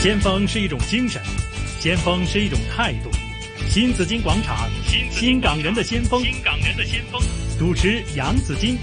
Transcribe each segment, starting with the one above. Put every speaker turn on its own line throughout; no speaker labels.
先锋是一种精神，先锋是一种态度。新紫金广场，新新港人的先锋，
新港人的先锋。
主持杨紫金。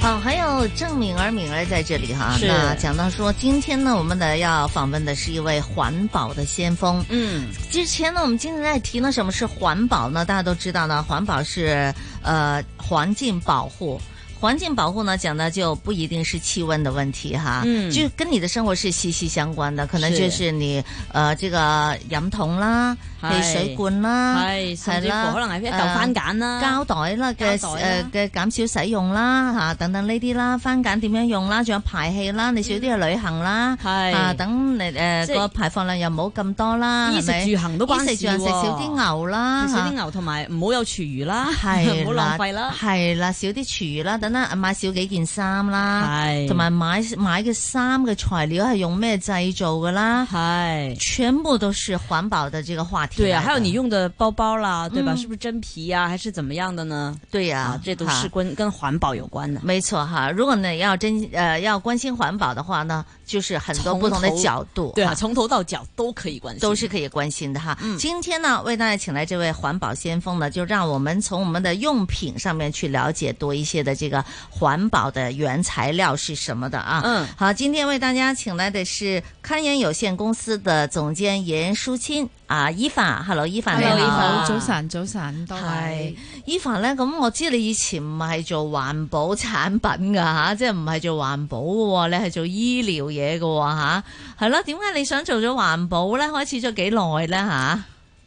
好，还有郑敏儿，敏儿在这里哈。
是
那讲到说，今天呢，我们的要访问的是一位环保的先锋。
嗯，
之前呢，我们经常在提呢，什么是环保呢？大家都知道呢，环保是呃环境保护。环境保护呢，讲的就不一定是气温的问题哈，
嗯
就跟你的生活是息息相关的，可能
是
就是你呃这个飲筒啦、汽
係
水罐啦，
係，甚至
啊啦啊
乎可能係一嚿番梘啦，
膠袋啦嘅
膠
誒
袋啦
嘅減少使用啦嚇、等等呢啲啦，番梘點樣用啦，仲有排氣啦，你少啲去旅行啦，
係
啊等你誒
即係
個排放量又冇咁多啦，
衣
係咪
食住行都關
衣
事
食住行食少啲
喎
牛啦，
食少啲
嚇
牛同埋唔好有廚餘啦，
係
唔好浪費啦，
係啦，少啲廚餘啦，等等買少幾件衫啦，
係
啊同埋買買嘅衫嘅材料係用咩製造嘅啦，
係。
全部都是環保的這個話題來
对
的。
啊，还有你用的包包啦，对吧？
嗯
是不是真皮呀、还是怎么样的呢？
對呀、
啊，这都
哈
是跟跟环保有关的。
没错哈，如果呢要真呃要关心环保的话呢，就是很多
从
不同的
头
角度，
对啊，嗯
哈
从头到脚都可以关心，
都是可以关心的哈。今天呢，为大家请来这位环保先锋呢，就让我们从我们的用品上面去了解多一些的这个环保的原材料是什么的啊。
嗯
好，今天为大家请来的是康源有限公司的总监严淑清啊，伊凡，Hello，伊凡
Hello，
你
你
好
好，早晨，早晨，多
啊係
位。
伊凡咧，咁我知你以前唔係做環保產品噶吓， 即係唔係做環保嘅喎，你係做醫療嘢嘅喎吓，係咯？點解你想做咗環保咧？開始咗幾耐咧吓？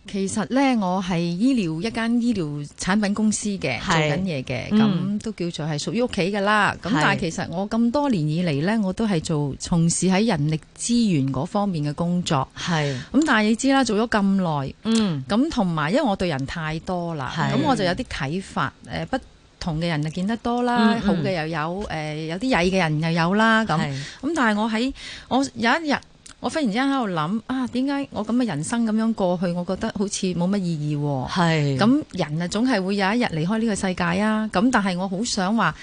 其實咧，我係醫療一間醫療產品公司嘅，做
係
緊嘢嘅，咁、
嗯
都叫做係屬於屋企噶啦。咁
係
但係其實我咁多年以嚟咧，我都係做從事喺人力資源嗰方面嘅工作。
係，
咁但係你知啦，做咗咁耐，
嗯，
咁同埋因為我對人太多啦，
係
咁我就有啲啟發。誒、不同嘅人就見得多啦，
嗯嗯
好嘅又有，誒、有啲曳嘅人又有啦，咁。
係
咁但係我喺我有一日，我忽然之間喺度諗啊，點解我咁嘅人生咁樣過去，我覺得好似冇乜意義喎、
係
咁人啊，總係會有一日離開呢個世界啊。咁但係我好想話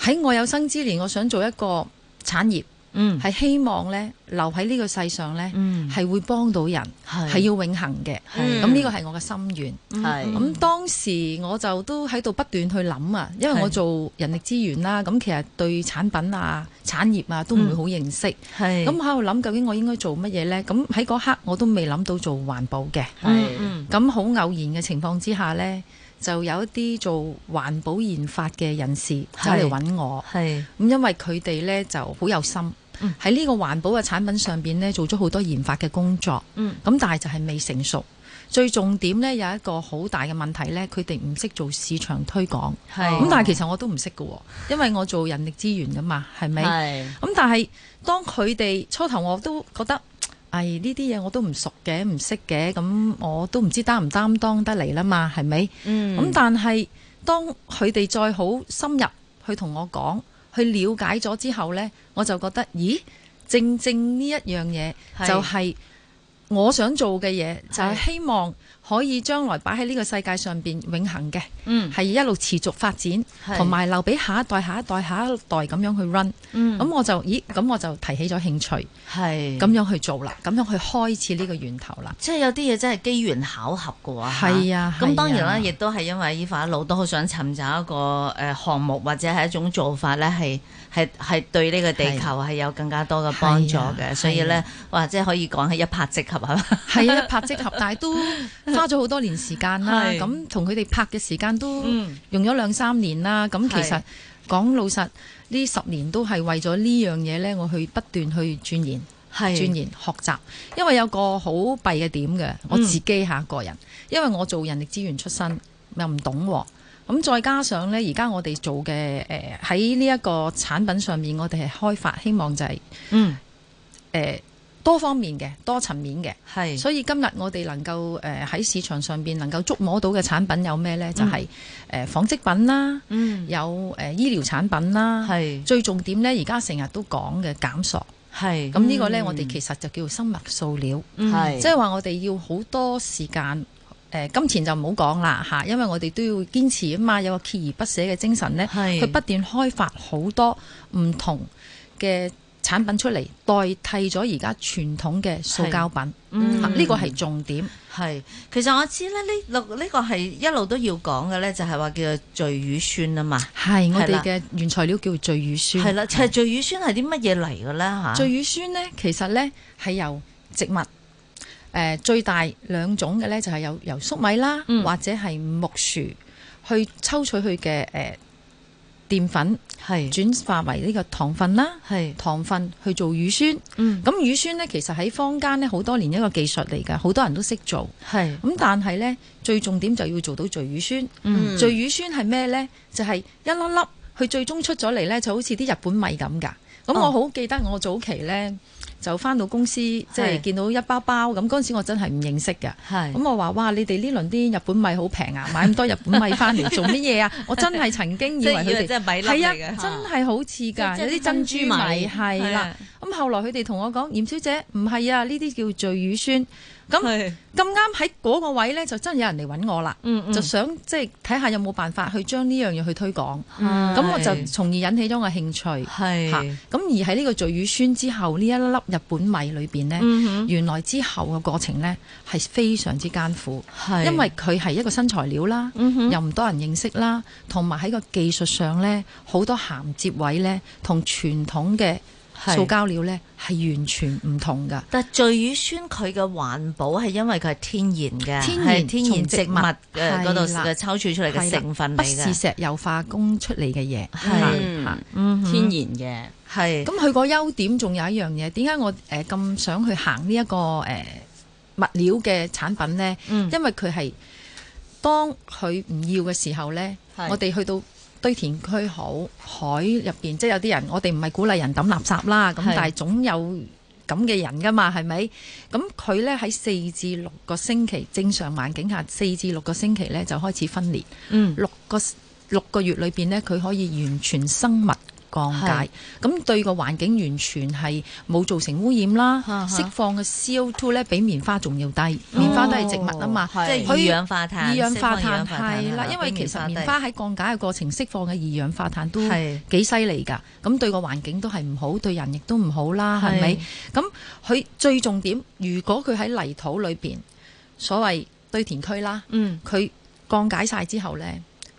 喺我有生之年，我想做一個產業，
嗯
係希望呢留喺呢個世上呢，
嗯
係會幫到人，
係
係要永恆嘅。
嗯
咁呢個係我嘅心願。
係
咁當時我就都喺度不斷去諗啊，因為
係
我做人力資源啦，咁其實對產品啊、產業啊都唔
嗯
會好認識。
係
咁喺度諗究竟我應該做乜嘢呢？咁喺嗰刻我都未諗到做環保嘅。
嗯
係
嗯
咁好偶然嘅情況之下呢，就有一啲做環保研發嘅人士走
係
嚟揾我。
係
咁因為佢哋呢就好有心
嗯，
喺呢個環保嘅產品上邊呢，做咗好多研發嘅工作。
嗯
咁但係就係未成熟。最重點呢，有一個好大嘅問題呢，佢哋唔識做市場推廣。
係
咁但係其實我都唔識㗎喎，因為我做人力資源㗎嘛，係咪？
係
咁但係當佢哋初頭我都覺得，唉呢啲嘢我都唔熟嘅，唔識嘅，咁我都唔知擔唔擔當得嚟啦嘛，係咪？咁、
嗯
但係當佢哋再好深入去同我講，去了解咗之後呢，我就覺得，咦，正正呢一樣嘢
係
就係我想做嘅嘢，就係
係
希望可以將來擺喺呢個世界上邊永恆嘅，
嗯
係一路持續發展，
係
同埋留俾下一代、下一代、下一代咁樣去 run。
嗯
咁我就咦，咁我就提起咗興趣，
係
咁樣去做啦，咁樣去開始呢個源頭啦。
即係有啲嘢真係機緣巧合嘅喎，嚇
係啊係
咁
啊
當然啦，亦都係因為依法一路都好想尋找一個誒項目或者係一種做法咧，係係係對呢個地球係有更加多嘅幫助
係
嘅，
啊
所以咧或者可以講係一拍即合係嘛？
係啊，一拍即合，但係 都花咗好多年時間啦。
係
咁同佢哋拍嘅時間都
嗯
用咗兩三年啦。咁其
係
實講老實，呢十年都係為咗呢樣嘢呢，我去不斷去鑽研。
係
鑽研學習，因為有個好弊嘅點嘅，
嗯
我自己下個人，因為我做人力資源出身，又唔懂喎。咁再加上呢，而家我哋做嘅誒喺呢一個產品上面，我哋係開發，希望就係、
嗯
呃多方面嘅、多層面嘅。
係
所以今日我哋能夠誒喺市場上邊能夠觸摸到嘅產品有咩呢？就係、誒紡織品啦，
嗯
有誒、呃、醫療產品啦。
係
最重點呢，而家成日都講嘅減塑。
係
咁呢個呢，
嗯
我哋其實就叫生物塑料。
嗯
係
即係話我哋要好多時間誒呃金錢就唔好講啦嚇，因為我哋都要堅持啊嘛，有個鍥而不捨嘅精神咧，
係
去不斷開發好多唔同嘅產品出嚟，代替咗而家傳統嘅塑膠品。
嗯
嚇啊呢個係重點。
係，其實我知咧，呢六呢個係一路都要講嘅咧，就係話叫做聚乳酸啊嘛。
係我
係
哋
啦
嘅原材料叫聚乳酸。
係啦，其實聚乳酸係啲乜嘢嚟嘅咧嚇？
聚乳酸咧，其實咧係由植物誒、呃最大兩種嘅咧，就係、有由粟米啦，
嗯
或者係木薯去抽取佢嘅誒澱粉，
係
轉化為呢個糖分啦，
係
糖分去做乳酸。
嗯
咁乳酸咧，其實喺坊間咧好多年一個技術嚟㗎，好多人都識做。
係
咁但係咧，最重點就要做到聚乳酸。
嗯
聚乳酸係咩呢？就係、一粒粒，佢最終出咗嚟呢，就好似啲日本米咁噶。咁
哦
我好記得我早期呢，就翻到公司，即
係
係見到一包包咁，嗰陣時我真係唔認識㗎。
係
咁我話：哇！你哋呢輪啲日本米好平啊，買咁多日本米翻嚟做乜嘢 啊？我真係曾經以為佢哋
係米
係啊，真係好似㗎，有啲珍珠米係啊
啊
啦。，咁後來佢哋同我講：嚴小姐唔係啊，呢啲叫聚乳酸。咁
係
咁啱喺嗰個位呢，就真係有人嚟揾我啦。
嗯嗯
就想即係睇下有冇辦法去將呢樣嘢去推廣，
嗯
咁我就
係
從而引起咗我興趣嚇。
係
咁而喺呢個聚乳酸之後，呢一粒日本米裏邊呢，
嗯
原來之後嘅過程呢係非常之艱苦，
哼係
因為佢係一個新材料啦，
嗯哼
又唔多人認識啦，同埋喺個技術上呢，好多銜接位呢，同傳統嘅
係
塑膠料呢係完全唔同㗎。
但聚乳酸佢嘅環保係因為佢係天然嘅，
天然
係天然植物
從植物
嘅嗰度
係啦
嘅抽取出嚟嘅
係啦
成分嚟
不是
嘅，
石油化工出嚟嘅嘢，
係
嚇
嗯哼
天然
係
咁佢個優點仲有一樣嘢，點解我誒咁想去行呢、一個誒、呃物料嘅產品呢？
嗯
因為佢係當佢唔要嘅時候呢，
係
我哋去到堆填區好海入邊，即係有啲人，我哋唔係鼓勵人抌垃圾啦，咁
係
但係總有咁嘅人噶嘛，係咪？咁佢呢喺四至六個星期正常環境下，四至六個星期呢就開始分裂。
嗯
六個六個月裏邊呢，佢可以完全生物降
係
解，咁對個環境完全係冇造成污染啦。
哈哈哦
釋放嘅 CO2 呢，比棉花仲要低，棉花都係植物啊嘛。
哦係
即係
佢
二氧化碳，
二氧化
釋放二
碳
氧化碳
係啦，因為其實棉花喺降解嘅過程釋放嘅二氧化碳都
係
幾犀利㗎，咁對個環境都係唔好，對人亦都唔好啦，
係
係咪？咁佢最重點，如果佢喺泥土裏邊，所謂堆填區啦，
嗯
佢降解晒之後呢，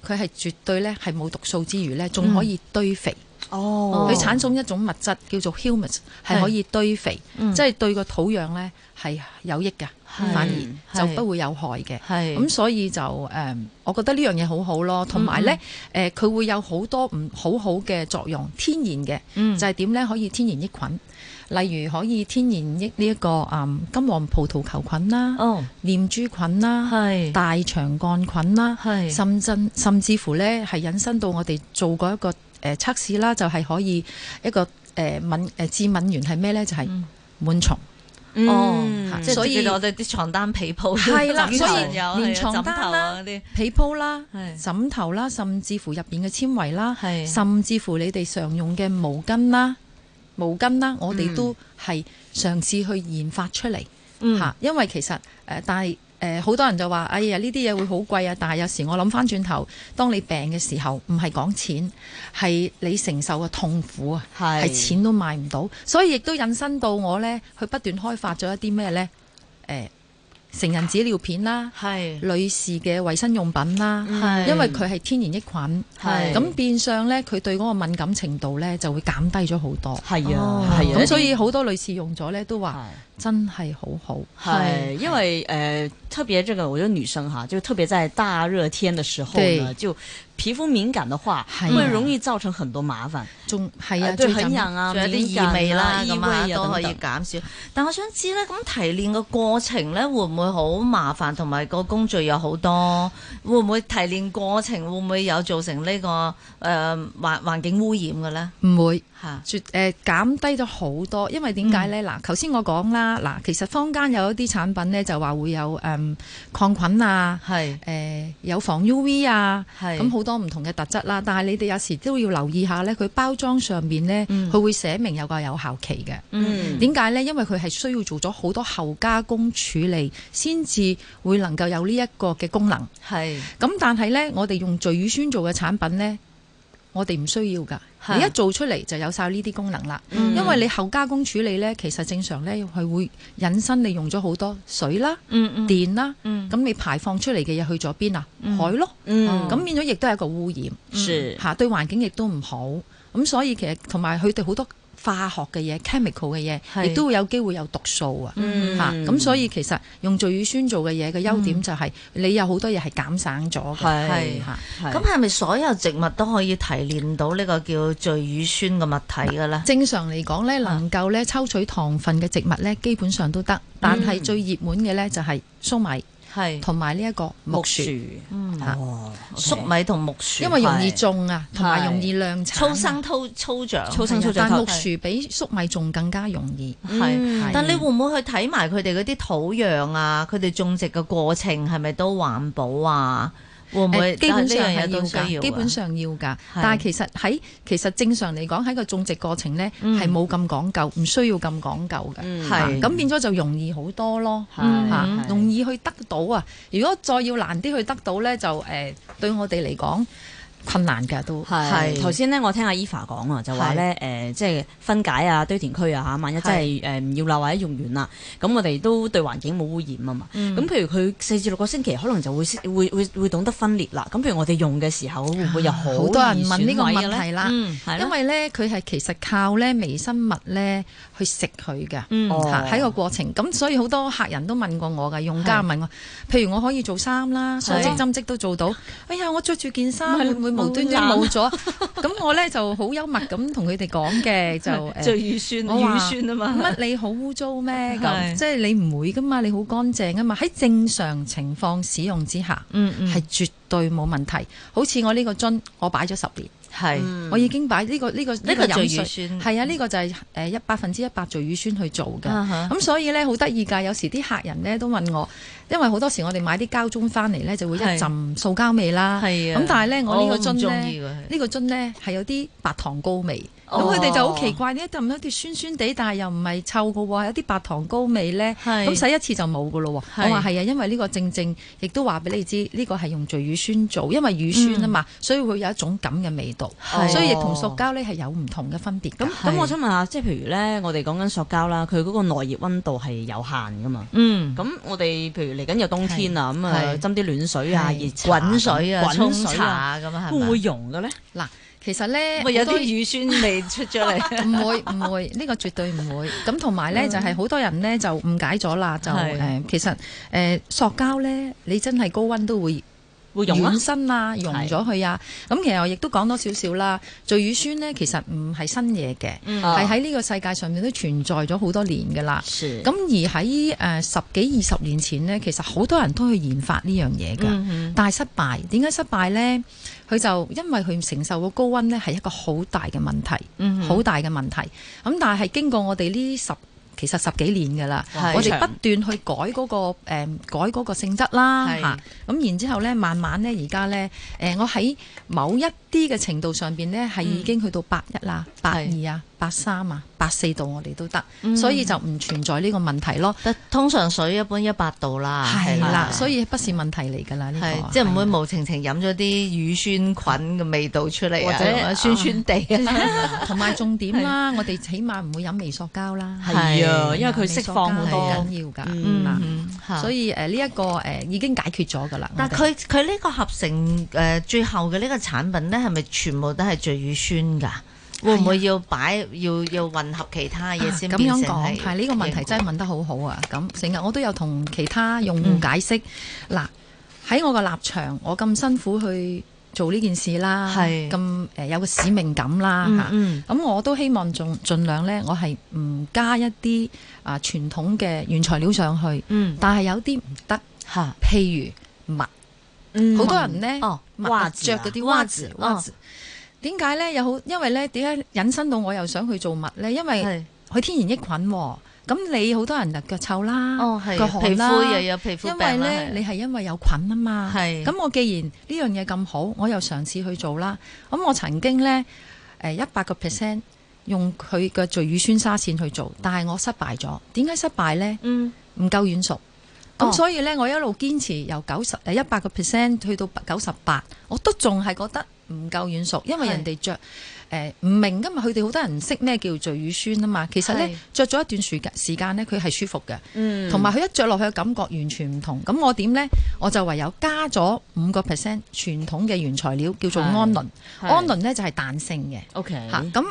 佢係絕對呢係冇毒素之餘呢，
嗯
仲可以堆肥。
嘅哦
佢、產生一種物質叫做 humus，係可以堆肥，
嗯
即係對個土壤呢係有益嘅，
係
反而就
係
不會有害嘅。
係
咁所以就誒、我覺得呢樣嘢好好咯，同埋呢，誒、
嗯
佢、會有好多唔好好嘅作用，天然嘅、
嗯
就係點呢？可以天然益菌，例如可以天然益呢、一個誒、嗯金黃葡萄球菌啦、
哦嗯
念珠菌啦。
係
大腸桿菌啦，
係
甚至甚至乎呢係引申到我哋做過一個誒、呃、測試啦，就係、可以一個誒、呃敏誒致敏原係咩呢？就係、
嗯
螨蟲。
哦
嗯，
即係
所以
我哋啲床單被鋪
係啦
枕
所以
頭有
連
係啊
床
枕
單
頭
啦
啊嗰啲
被鋪啦
係、
枕頭啦，甚至乎入邊嘅纖維啦，
係
甚至乎你哋常用嘅毛巾啦、毛巾啦，我哋都係嘗試去研發出嚟嚇、
嗯
因為其實誒、呃但係誒好多人就話：哎呀，呢啲嘢會好貴啊！但係有時我諗翻轉頭，當你病嘅時候，唔係講錢，係你承受嘅痛苦啊，
係
係錢都買唔到，所以亦都引申到我呢，去不斷開發咗一啲咩呢？誒、成人紙尿片啦。
係
女士嘅衛生用品啦，
嗯
係
因為佢係天然益菌，
係
咁變相呢，佢對嗰個敏感程度呢就會減低咗好多。
係
哦
啊，係啊
咁，所以好多女士用咗呢都
嗯
話真係好好，
係，因为呃，特别这个，我觉得女生哈，就特别在大热天的时候呢，
对
就皮肤敏感的话，
是啊
会容易造成很多麻烦，
仲係
呃
啊，
对
最
很
近
痒啊，
仲有啲
敏
異
感啊
味啦，
異
咁
味啊
啊都可以
等等
減少。但我想知咧，咁提煉嘅過程咧，會唔會好麻煩，同埋個工序有好多？會唔會提煉過程會唔會有造成呢、個誒環環境污染嘅咧？
唔會。
嚇，
絕誒、減低咗好多，因為點解呢？嗱、頭先我講啦，啦，嗱，其實坊間有一啲產品咧就話會有誒、嗯抗菌啊，
係
誒、有防 UV 啊，
係
咁好多唔同嘅特質啦。但係你哋有時都要留意下咧，佢包裝上面咧，佢、
嗯
會寫明有個有效期嘅。
嗯
點解呢？因為佢係需要做咗好多後加工處理，先至會能夠有呢一個嘅功能。
係
咁但係呢，我哋用聚乳酸做嘅產品呢，我哋唔需要㗎。
係
你一做出嚟就有晒呢啲功能啦。
嗯
因為你後加工處理呢，其實正常呢係會引申你用咗好多水啦、
嗯嗯
電啦，
嗯
咁你排放出嚟嘅嘢去咗邊啊？
嗯
海咯，
嗯，
咁變咗亦都係一個污染。
是
嚇對環境亦都唔好。咁所以其實同埋佢哋好多化學嘅嘢、chemical 嘅
係
嘢，亦都會有機會有毒素啊。
嗯
嚇咁、所以其實用聚乳酸做嘅嘢嘅優點就係你有好多嘢係減省咗嘅。
係
嚇
係
咁係咪所有植物都可以提煉到呢個叫聚乳酸嘅物體嘅咧？
正常嚟講咧，能夠咧抽取糖分嘅植物咧，基本上都得。但係最熱門嘅咧就係粟米
係
同埋呢一個木薯，
嗯
嚇
哦，
粟米同木薯，
因為容易
係
種啊，同埋容易量產啊。啊
粗生粗粗長，啊
粗生粗長
但木薯比粟米仲更加容易。
係。
係
嗯但你會唔會去睇埋佢哋嗰啲土壤啊？佢哋種植嘅過程係咪都環保啊？會唔會？
誒基本上
但係呢樣
係
嘢
要
都需
㗎，
啊
基本上要㗎。但係其實喺其實正常嚟講，喺個種植過程咧
嗯
係冇咁講究，唔需要咁講究嘅。
嗯
係
咁變咗就容易好多咯，
係
嚇
係
容易去得到啊！如果再要難啲去得到咧，就誒、對我哋嚟講困難㗎都。
係
係
頭先咧，我聽阿 Eva 講啊，就話咧誒，即係分解啊、堆填區啊嚇，萬一真係誒唔要啦或者用完啦，咁我哋都對環境冇污染啊嘛。
嗯
嗯
咁譬如佢四至六個星期，可能就會識會會會懂得分裂啦。咁譬如我哋用嘅時候，會唔會有
啊好多人問呢個
易損毀嘅咧
問題啦，
嗯
係
因
因為
為咧佢係其實靠咧微生物咧去食佢嘅。
嗯
哦
嚇喺個過程，咁所以好多客人都問過我㗎，用家問我，譬如我可以做衫啦，
係
手織針織都 做到。哎呀，我着住件衫
咪
會唔會無端端冇咗？咁我咧就好幽默咁同佢哋講 嘅，就誒
乳酸
我話
啊嘛
乜你好污糟咩？
係
咁即係你唔會噶嘛，你好乾淨啊嘛。喺正常情況使用之下，
嗯嗯
係絕對冇問題。好似我呢個樽，我擺咗十年，
係
我已經擺呢個呢個
嗯呢
嗯呢
個
個
聚
飲
乳
水。
酸
係啊，呢個就係誒一百分之一百聚乳酸去做嘅。
啊哈
咁所以咧好得意㗎，有時啲客人咧都問我，因為好多時我哋買啲膠盅翻嚟咧就會一
係
陣塑膠味啦。
係啊
咁但係咧我呢個樽
我好唔鍾
咧
意㗎
呢個樽咧係有啲白糖膏味。咁
哦
佢哋就好奇怪，呢一陣有啲酸酸地，但係又唔係臭嘅喎，有啲白糖膏味咧。
係
咁洗一次就冇嘅咯喎。
係
我話係啊，因為呢個正正亦都話俾你知，呢個係用聚乳酸做，因為乳酸啊嘛，所以會有一種咁嘅味道
嗯係，
所以亦同塑膠咧係有唔同嘅分別㗎。
咁
係
咁，我想問下，即係譬如咧，我哋講緊塑膠啦，佢嗰個內熱温度係有限噶嘛？
嗯
咁我哋譬如嚟緊有冬天啊，咁啊
係
斟啲暖水啊、
係
熱茶
滾水啊，沖
滾水啊，
茶咁啊，
會
係咪
唔會溶嘅咧？
嗱，其實咧
啊咪有
好多
啲乳酸味出咗嚟？
唔會唔會，呢、個絕對唔會。咁同
嗯
埋咧，就係好多人咧就誤解咗啦，就
係
誒、其實誒、塑膠咧，你真係高温都會
會溶啊
軟？身啊，溶咗佢啊。咁其實我亦都講多少少啦，聚乳酸咧其實唔係新嘢嘅，
嗯
啊
啊係喺呢個世界上面都存在咗好多年㗎啦。
是
咁而喺誒、十幾二十年前咧，其實好多人都去研發呢樣嘢㗎。
嗯
但係失敗，點解失敗呢？佢就因為佢承受個高温呢，係一個好大嘅問題，
嗯
好、大嘅問題。咁但係經過我哋呢十其實十幾年㗎啦
係，
我哋不斷去改嗰、個誒、改嗰個性質啦
係
嚇。咁然之後呢，慢慢呢，而家呢，誒、我喺某一啲嘅程度上邊呢，係已經去到八一啦、八二啊、八三啊、八四度我哋都得，
嗯
所以就唔存在呢個問題咯。
但通常水一般一百度啊啦，
係啦，所
以
以不是問題嚟㗎啦，呢、
係
個
即係唔
係
會無情情飲咗啲乳酸菌嘅味道出嚟啊，
或者
係咪酸酸地啊，
同埋重點啦，我哋起碼唔會飲微塑膠啦，
係啊，
係
因為佢釋放好多
緊要㗎，
嗯
嗱
嚇
所以呃誒呢一個誒已經解決咗㗎啦。
啊但
我哋
佢佢呢個合成誒、呃最後嘅呢個產品咧，係咪全部都係聚乳酸㗎？
啊
會唔會要擺要要混合其他嘢先
啊咁
變
樣
成
講係呢個問題真係問得好好啊！咁成日我都有同其他用
嗯
戶解釋嗱，喺我個立場，我咁辛苦去做呢件事啦，
係
咁誒有個使命感啦
嗯
嚇。
嗯
咁我都希望盡盡量呢，我係唔加一啲啊傳統嘅原材料上去，
嗯
但係有啲唔得，
嚇
譬如襪。
嗯
好多人咧，
哦
襪
襪子啊
着嗰啲襪子，
哦
襪子。點解
哦
咧？又好，因為咧，點解引申到我又想去做襪咧？因為
係
佢天然益菌喎，咁你好多人就腳臭啦，
哦係
腳
皮
汗啦，
膚又有皮膚
因
病
為
啦
咧，
係
你係因為有菌啊嘛。
係
咁我既然呢樣嘢咁好，我又嘗試去做啦。咁我曾經咧，誒一百個 percent 用佢嘅聚乳酸沙線去做，但係我失敗咗。點解失敗咧？
嗯
唔夠軟熟。咁、
哦
所以咧，我一路堅持由九十呃誒一百個 percent 去到九十八，我都仲係覺得唔夠軟熟，因為
係
人哋着誒唔明㗎嘛，佢哋好多人唔識咩叫聚乳酸啊嘛。其實咧，着咗一段時間時間咧，佢係舒服嘅。
嗯
同埋佢一着落去嘅感覺完全唔同。咁我點呢？我就唯有加咗五個 percent 傳統嘅原材料，叫做
係
安倫。
係
安倫呢就係彈性嘅
O K，
嗯
嚇，咁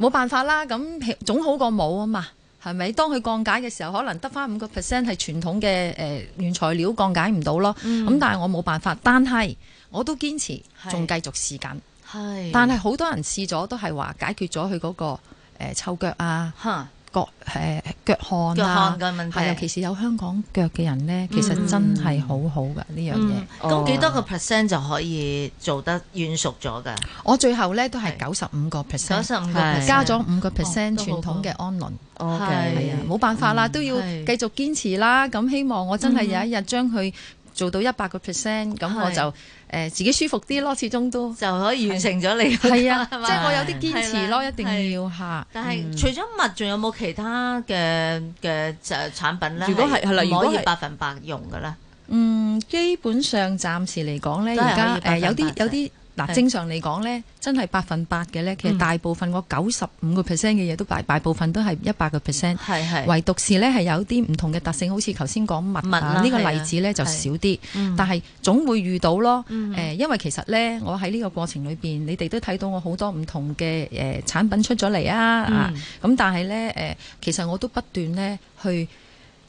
冇辦法啦。咁總好過冇啊嘛，係咪？當佢降解嘅時候，可能得翻五個 percent 係傳統嘅誒原材料降解唔到咯。咁、
嗯
但係我冇辦法，但係我都堅持，
係
仲繼續試緊。
係，
但係好多人試咗都係話解決咗佢嗰個誒臭腳啊。
嚇
腳誒腳汗
腳
啊
汗嘅問題
係尤其是有香港腳嘅人咧，其實真係好好嘅呢樣嘢
嗯。咁幾多個
哦
percent 就可以做得軟熟咗㗎？
我最後咧都係
係
九十五個
九
percent，
十五個
係
percent
加咗五個 percent
哦都好
傳統嘅安倫，
O
係啊，
K，
冇辦法啦，都要
嗯係嗯
繼續堅持啦。咁希望我真係有一日將佢做到一百個 percent，咁我
係
就誒自己舒服啲咯，始終都
就可以完成咗你嗰個
係 啊，即嗯
係嘛
係我有啲堅持咯，
係啦
一定要嚇。
但係除咗物，仲有冇其他嘅嘅誒產品咧？
如果係係啦如
唔
果
可以
係
百分百用嘅咧，
嗯，基本上暫時嚟講咧，
都係
而家
可
誒
以
有啲
百分百
有啲
係嗯
嗱，正常嚟講咧，真係百分百嘅咧，其實大部分我九十五個 percent 嘅嘢都大大部分都係一百個 percent。
係係
唯獨是咧係有啲唔同嘅特性，好似頭先講
蜜
蜜
啦
啊呢個
係啊
例子咧就
係
少啲
嗯，
但係總會遇到咯。誒，因為其實咧，我喺呢個過程裏邊，你哋都睇到我好多唔同嘅誒產品出咗嚟啊啊
嗯！
咁但係咧誒，其實我都不斷咧去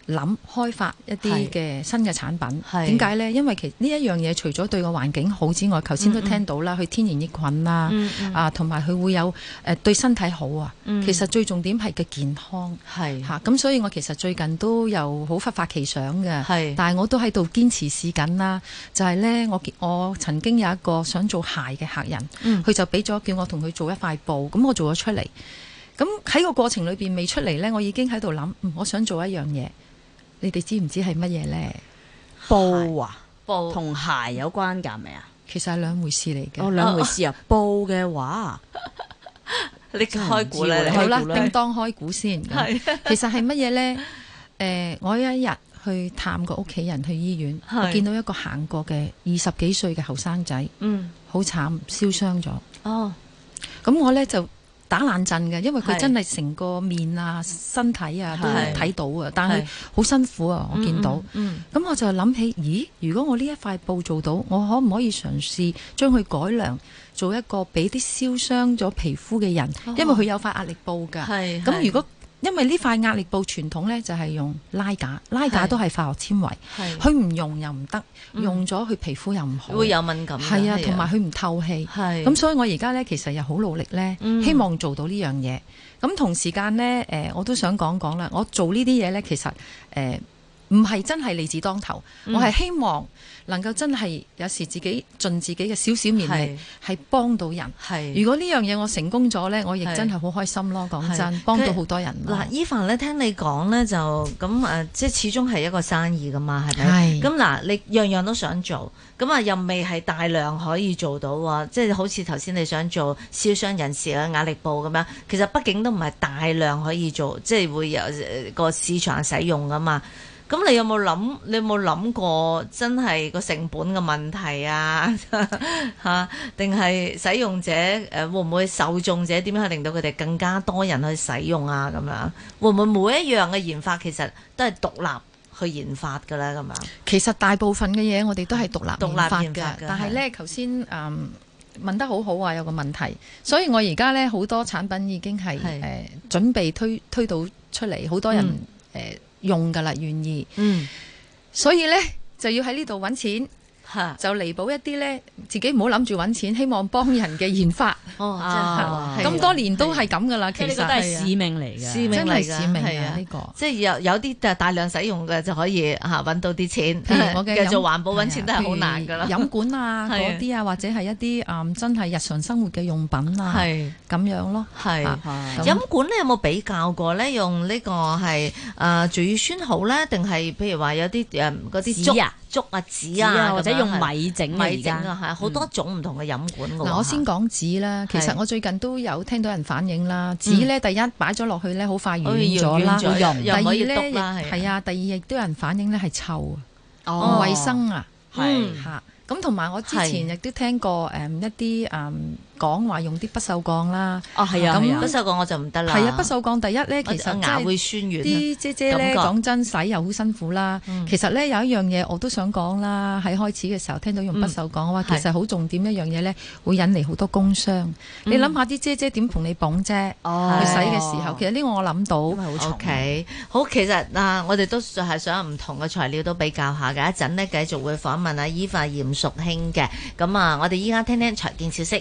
諗開發一啲
係
嘅新嘅產品。
係
點解咧？因為其呢一樣嘢除咗對個環境好之外，頭先都聽到啦，佢天然益菌啦
嗯嗯，
啊，同埋佢會有誒對身體好啊。
嗯
其實最重點係嘅健康。
係
嚇，咁所以我其實最近都有好忽發奇想
係
嘅，但係我都喺度堅持試緊啦。就係、呢，我見我曾經有一個想做鞋嘅客人，佢、
嗯
就俾咗叫我同佢做一塊布，咁我做咗出嚟。咁喺個過程裏邊未出嚟呢，我已經喺度諗，嗯我想做一樣嘢，你哋知唔知係乜嘢呢？
布啊，
布
同鞋有關㗎未啊？
其實係兩回事嚟嘅。
哦，兩回事啊。布嘅話，
你開估
真係唔知
咧，
喎
你
好啦，
開估啦
叮當開股先。
係
其實係乜嘢呢？誒、我有一日去探個屋企人去醫院，
係
我見到一個行過嘅二十幾歲嘅後生仔，
嗯
好慘，燒傷咗。
哦
咁我呢就打冷震嘅，因為佢
係
真係成個面啊、身體啊都
係
睇到啊，但
係
係好辛苦啊，我見到。
嗯
咁我就諗起，咦？如果我呢一塊布做到，我可唔可以嘗試將佢改良，做一個俾啲燒傷咗皮膚嘅人，
哦
因為佢有塊壓力布㗎。
嗯係
咁如果因為呢塊壓力布傳統呢，就係用拉架，拉架
係
都係化學纖維，
係
佢唔用又唔得，
嗯
用咗佢皮膚又唔好，
會有敏感㗎，
係啊，同埋佢唔透氣。
係
咁所以我而家呢，其實又好努力呢，
嗯
希望做到呢樣嘢。咁同時間呢，誒、我都想講講啦，我做呢啲嘢呢，其實誒唔係真係利字當頭，
嗯
我係希望能夠真係有時自己盡自己嘅少少綿力，係幫到人。
係
如果呢樣嘢我成功咗呢，我亦
嗯係
真係好開心咯。講真
係，
幫到好多人咯。
嗱，伊凡咧，聽你講咧就咁誒，即係始終係一個生意噶嘛，係咪？
係
咁嗱，你樣樣都想做，咁啊又未係大量可以做到喎，即係好似頭先你想做燒傷人士嘅壓力布咁樣，其實畢竟都唔係大量可以做，即係會有呃個市場使用噶嘛。咁你有冇諗？你有冇諗過真係個成本嘅問題啊？ 嚇，定係使用者誒會唔會受眾者點樣去令到佢哋更加多人去使用啊？咁樣會唔會每一樣嘅研發其實都係獨立去研發㗎啦？咁樣
其實大部分嘅嘢我哋都係獨立
獨立
研發
研發
嘅
嘅，
但係呢，頭先誒問得好好啊，有個問題，所以我而家呢，好多產品已經
係
係誒、呃、準備推推到出嚟，好多人誒、
嗯
呃用㗎啦，願意，
嗯
所以呢，就要喺呢度揾錢，
嚇
就彌補一啲咧自己唔好諗住揾錢，希望幫人嘅研發。
哦，
啊
真係啊
咁多年都係咁噶啦，其
即係呢
實
個都係啊使命嚟嘅。
使命
真
嚟
係
㗎
使命
係啊
啊！呢個
即係有有啲就大量使用嘅就可以嚇揾到啲錢，
譬嗯 如我嘅
繼
飲
續環保揾
係
錢
啊
都係
譬
好
如
難㗎啦，
飲管 啊
係啊
嗰啲啊，或者係一啲嗯真係日常生活嘅用品啊，
係
咁樣咯。
係
啊。
係
咁
飲管咧有冇比較過咧？用呢個係誒聚乳酸好咧，定係譬如話有啲誒嗰啲
紙
竹
啊
竹啊紙
紙
啊，
啊，或者
咁樣
用
係
米整嘅
米
而
整
家。
啊，係好多種唔同嘅飲管㗎喎。
嗯嗱，我先講紙啦。其實
啊係
我最近都有聽到人反映啦，紙咧第一擺咗落去咧，好快
可
軟
以用
咗啦。
哎哦軟咗
用
第
又
二
唔可以
咧，
篤
亦
啦，係
係啊，第二亦都有人反映咧係臭啊，唔
哦
衞生啊，
係
嗯
嚇。咁同埋我之前
係
亦都聽過誒一啲誒講話用啲不鏽鋼啦，
哦，係啊，
咁
係
不
啊，
鏽鋼我就唔得啦。
係啊，不鏽鋼第一咧，
我
其實
牙
真係
會酸軟啊。
啲姐姐
感
咧
覺
講真洗又好辛苦啦。
嗯
其實咧有一樣嘢我都想講啦，喺開始嘅時候聽到用不鏽鋼話，其
嗯係
實好重點一樣嘢咧，會引嚟好多工傷。你諗下啲姐姐點同你綁啫？
哦
去洗嘅時候，其實呢個我諗
因為
到。
好
O、
重。
k 好，其實啊，我哋都係想唔同嘅材料都比較下啊嘅，一陣呢，繼續會訪問阿伊化嚴淑卿嘅。咁啊，我哋依家聽聽財經消息。